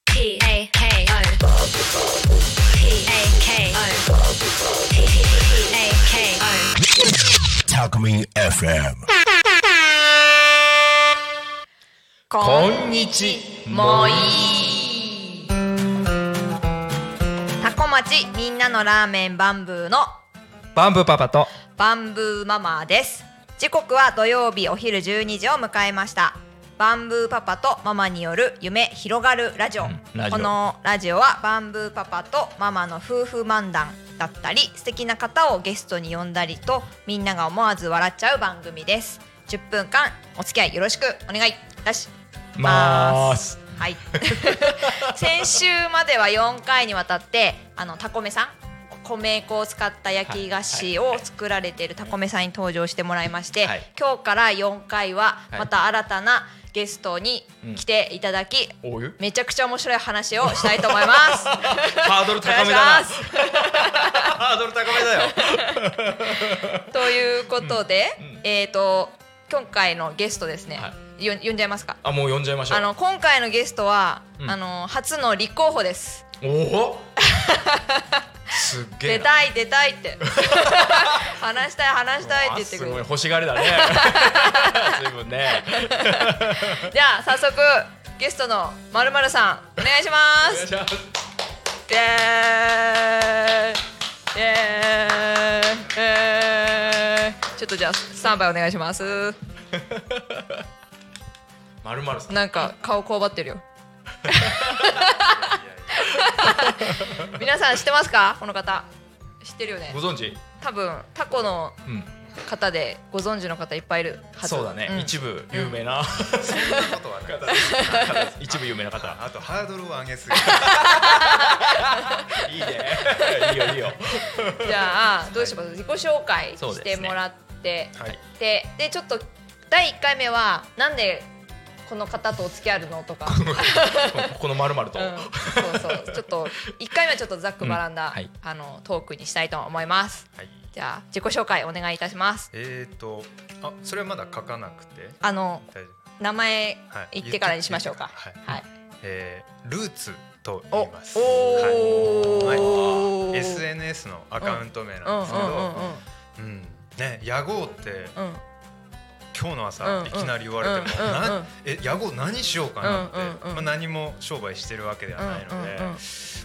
P A K O. P A K O. P A K O. Talkme FM. こんにちもいタコ町みんなのラーメンバンブーのバンブーパパとバンブーママです時刻は土曜日お昼12時を迎えましたバンブーパパとママによる夢広がるラジオ,、んラジこオのラジオはバンブーパパとママの夫婦漫談だったり素敵な方をゲストに呼んだりとみんなが思わず笑っちゃう番組です10分間お付き合いよろしくお願いいたしままーーすす。はい。 先週までは4回にわたってあのタコメさん米粉を使った焼き菓子を作られているタコメさんに登場してもらいまして、はい今日から4回ははいまた新たなゲストに来ていただき、お湯めちゃくちゃ面白い話をしたいと思います。 ハードル高めだお願いなしますハードル高めだよということで、えっ、と今回のゲストですね、はよ呼んじゃいますか。あもう呼んじゃいましょうあの今回のゲストは、うんあの初の立候補です。おお すっげえ出なたい出たいって 話したい話したいって言ってくれうわすごいる欲しが りだね随分ねじゃあ早速ゲストのまるまるさんお願いしおま願いすしますイエーイイエーイイエーイちょっとじゃあスタンバイお願いしますまるまるさんなんか顔こわばってるよ 皆さん知ってますかこの方知ってるよねご存知多分タコのうん方でご存知の方いっぱいいるはずそうだね、ん一部有名な、そんなことはない。 一部有名な方あとハードルを上げす ぎ。いいねいいよいいよじゃあどうします、自己紹介そうしでてすねもらってで,、はいでちょっと第1回目はなんでこの方とお付き合いあるのとか、うん、このまるまると、そう そうちょっと1回目はちょっとざっくばらんだ、うんはいあのトークにしたいと思いますはい。じゃあ自己紹介お願いいたしますえっと、あ、それはまだ書かなくて。あの大丈夫。名前はい言ってからにしましょうか言ってはい、えー、ルーツとお言います。おーはいおはーい。SNS のアカウント名うんなんうんですけど、ううん、ね、野号ってんうん今日のうん朝いきなり言われてもうんうんうんな、え、野号何しようかなってうんうんう、んまあ何も商売してるわけではないのでうんうんうん、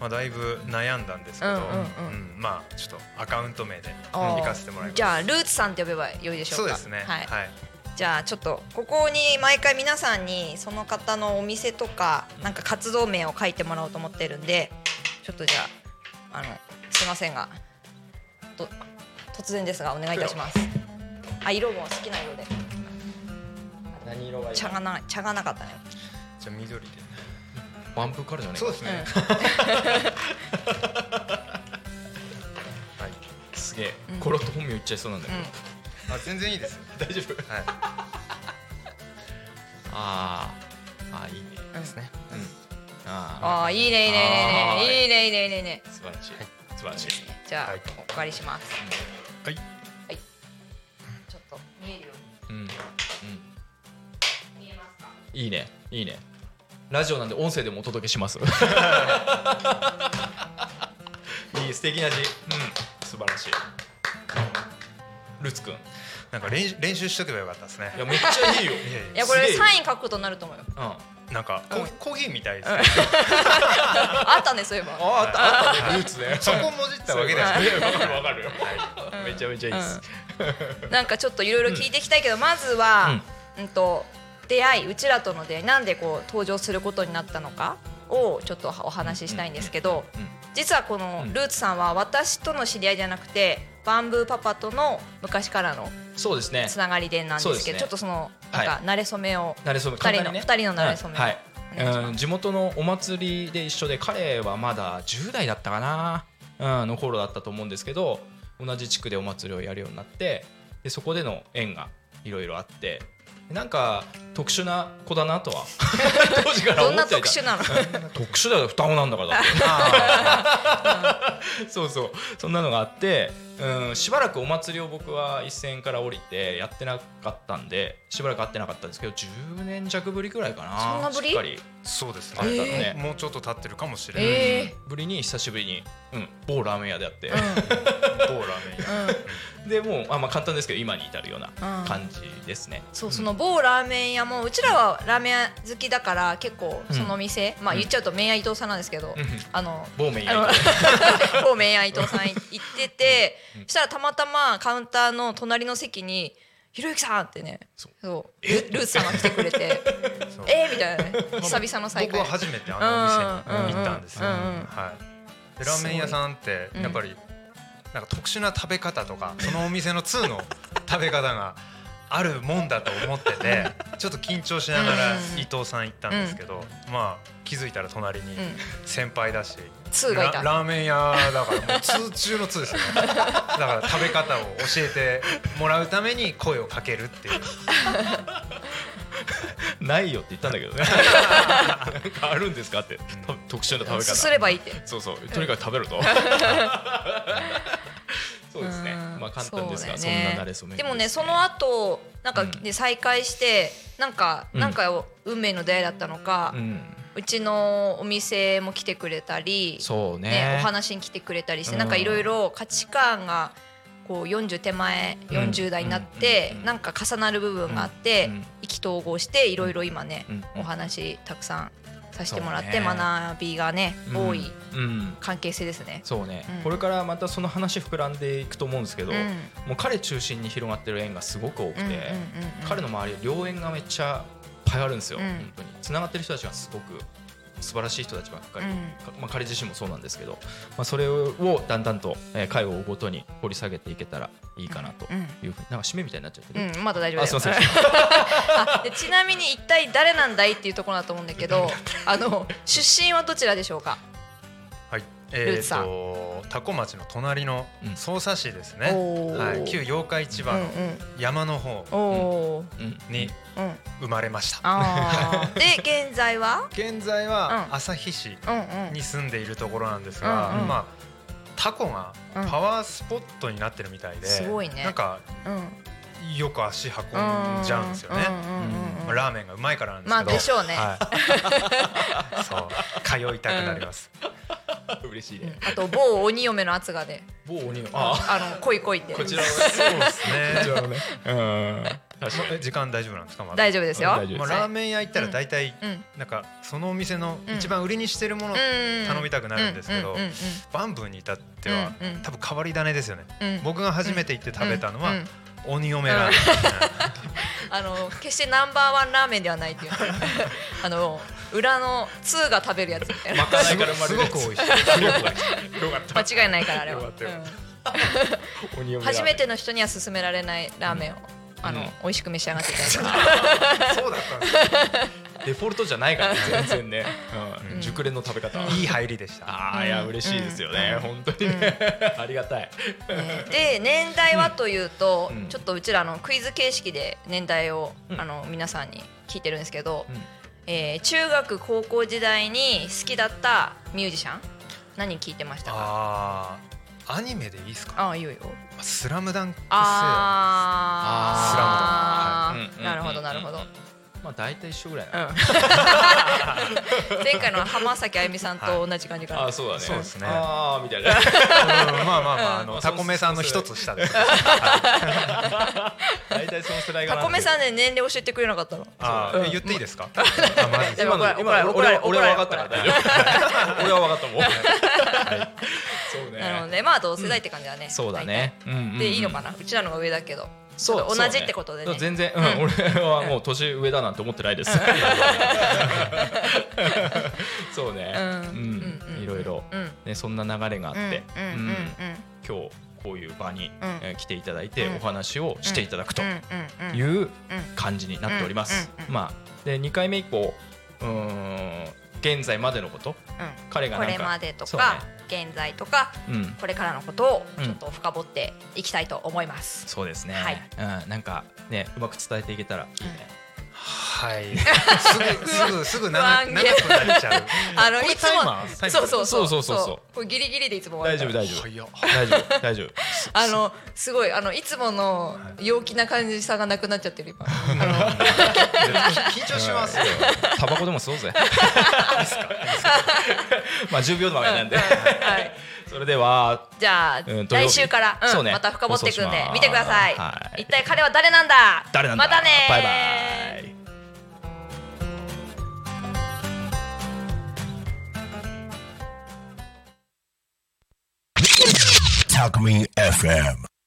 まあだいぶ悩んだんですけど、ううんうんん、まあちょっとアカウント名でうんうん行かせてもらいますじ。ゃあルーツさんって呼べばよいでしょそううかですね。はいはいじゃあちょっとここに毎回皆さんにその方のお店とかなんか活動名を書いてもらおうと思ってるんでちょっとじゃああのすいませんがと突然ですがお願いいたしますあ色も好きな色で何色がいい茶がな茶がなかったねじゃあ緑で。ワンプーからじゃないそうですね。はい。すげえ、コロッと本名言っちゃいそうなんだけど、あ全然いいです。大丈夫はい。あーあーいいねですねうんあああいいねいいあーねいいねいいねいいねいいねいいねあ素晴らしい、素晴らしいじゃあ、はいお借りしますはい。はいちょっと見えるようんうんうに見えますかいいねいいねラジオなんで音声でもお届けしますいい素敵な字うん素晴らしいルツくんいなんか練習練習しとけばよかったですね。やめっちゃいいよいやいいやこれすげえサイン書くことになると思うようんあなんかコーヒーコーヒーみたいですね。あったねそういえばあったあったねルーツね そこをもじったわけです ね。すねわかるわかるよめちゃめちゃいいですなんかちょっといろいろ聞いていきたいけど、まずは、うん、と出会いうちらとの出会いなんでこう登場することになったのかをちょっとお話ししたいんですけど、うん実はこのうんルーツさんは私との知り合いじゃなくてバンブーパパとの昔からのそうですねつながりでなんそうでですすけどねちょっとそのはないんか馴れ初めを、なれそめ二人の簡単にね二人の馴れ初めうんはいお願いしますうん地元のお祭りで一緒で彼はまだ10代だったかな、うん、の頃だったと思うんですけど同じ地区でお祭りをやるようになってでそこでの縁がいろいろあってなんか特殊な子だなと は当時からど思んっなてい特た殊なの特 殊だよ双子なんだからだってそうそうそんなのがあってうん、しばらくお祭りを僕は一線から降りてやってなかったんでしばらく会ってなかったんですけど10年弱ぶりくらいかなそんなぶりしっかりそうですあれだねね。もうちょっと経ってるかもし れない。えぶりに久しぶりに、うん、某ラーメン屋で会ってえ、ー某ラーメン屋。うんうん、でもうあ、まあ、簡単ですけど今に至るようなうん感じですね。そううんその某ラーメン屋もうちらはラーメン屋好きだから結構その店、まあうん言っちゃうと麺屋伊藤さんなんですけど、うんあの某麺あ屋の行って 某麺屋伊藤さん行っててうんそしたらたまたまカウンターの隣の席に「ひろゆきさん!」ってねそうそうえルルーツさんが来てくれてそう「えーみたいなね久々の再僕会は初めてあのお店に行ったんですよ。うんうんうんうんはい。でラーメン屋さんってうんやっぱりなんか特殊な食べ方とかそのお店の通の食べ方があるもんだと思ってて、ちょっと緊張しながらうん伊藤さん行ったんですけど、まあ気づいたら隣にうん先輩だし。通がいラたラーメン屋だからもう通中の通ですよ ねだから食べ方を教えてもらうために声をかけるっていうないよって言ったんだけど ねなんかあるんですかってた特殊な食べす方すればいいって。そうそうとにかく食べるとそうですねうんまあ簡単ですがそ,、うだよんな慣れ初めでもねその後なんか、うんで再会してなんか、うんなんか運命の出会いだったのか、ううんちのお店も来てくれたり、そうねねお話に来てくれたりして、なんかうんいろいろ価値観がこう40手前うん40代になって、うんうんなんか重なる部分があって、うんうん意気投合していろいろ今ね、うんお話たくさんさせてもらって、そうね学びがね、うん多いうん関係性ですね。そうね、うんこれからまたその話膨らんでいくと思うんですけど、うんもう彼中心に広がってる縁がすごく多くて、うんうんうんうん彼の周り両縁がめっちゃいっぱいあるんですよ、うん本当につながってる人たちがすごく素晴らしい人たちばっかり、うんかまあ、彼自身もそうなんですけど、まあ、それをだんだんと、えー、回を追うごとに掘り下げていけたらいいかなというふうに、なんか締めみたいになっちゃってる、うん、まだ大丈夫あですいすませんあでちなみに一体誰なんだいっていうところだと思うんだけどあの出身はどちらでしょうかはい、ルーえツっ、さんと多古町の隣のうん匝瑳市ですね、おーはい、旧八日市場の山の方うんうん、おーうんにうん、生まれました、あ ーで現在は現在はうん旭市うんうんに住んでいるところなんですが、うんうんまあタコがうんパワースポットになってるみたいで、すごいねなんかうんよく足運んじゃうんですよね、うんうんうんまあうんラーメンがうまいからなんですまあけど、でしょうね、 はい、そう通いたくなります、嬉しいうんね、あと某鬼嫁の圧がね某鬼のああの恋恋ってあこちらのねそうですねこちらのねうん確かえ時間大丈夫なんですかまだ大丈夫ですよ大丈夫まあ、ラーメン屋行ったら大体うんうんなんかそのお店の一番売りにしてるもの頼みたくなるんですけどうんうんうんバンブーに至ってはうんうん多分変わり種ですよねうん僕が初めて行って食べたのはうんうん鬼嫁ラーメンですねあの決してナンバーワンラーメンではないっていうあの裏の2が食べるやつみたいなまかないすごから生まれするごやくつ美味しいよかった間違いないからあれは、よかったよかっうん鬼嫁だ初めての人には勧められないラーメンを、あのうん美味しく召し上がっていただいたそうだったんですねデフォルトじゃないからね全然ね、うんうん熟練の食べ方、いい入りでしたああいやうん嬉しいですよね、本当にね、ありがたいねで年代はというと、うんちょっとうちらあのクイズ形式で年代を、うんあの皆さんに聞いてるんですけど、うんえー中学高校時代に好きだったミュージシャン何聞いてましたかあーアニメでいいですかああいいよいいよスラムダンク世代ああーースラムダンクはいなるほどなるほど、うんまあ大体一緒ぐらいな、 前回の浜崎あゆみさんと同じ感じかな、ああそうだねそうですねああみたいなうんまあまあまああまのあそうタコメさんの一つ下です大体その世代がタなコメさんんね年齢教えてくれなかったのあうんー言っていいですかあまずで今怒らのれ今の怒俺られは俺は分かっ怒たらかれら大丈夫俺は分かったもん、そうねなるほどねまあ同世代って感じだね、そうだね、うんうん大うん体でいいのかなうちらのが上だけどそうちょっとそう同ねじってことでね全然、うん俺はもう年上だなんて思ってないです そうね、うんうんうんいろいろ、うんね、そんな流れがあっうんうんて、うんううんん今日こういう場うに、んえー来ていただいてうんお話をしていただくとうんうんいうんう感じになっております。うんうんうんまあ、で2回目以降うーん現在までのこと彼がこなんかれまでとそうかね、現在とかうん、これからのことをうんちょっと深掘っていきたいと思います、そうですね、はいうん、なんかねうまく伝えていけたらいいね、はい すぐすぐすぐ長不安くげ長くなっちゃうあのこれいつタイもマータイマそーうそうそうそうそうそうそうこれギリギリでいつも終わ大るか丈ら夫大丈夫早っ大丈夫大丈夫 あのすごいあのいつもの陽気な感じさがなくなっちゃってる今あの緊張しますよタバコでも吸お うぜ まあ10秒の前なんではいそれではじゃあ、うん土曜日来週から、うんそうねまた深掘っていくん放送しまです見てください、はい一体彼は誰なんだ誰なんだまたねーバイバイタクミ FM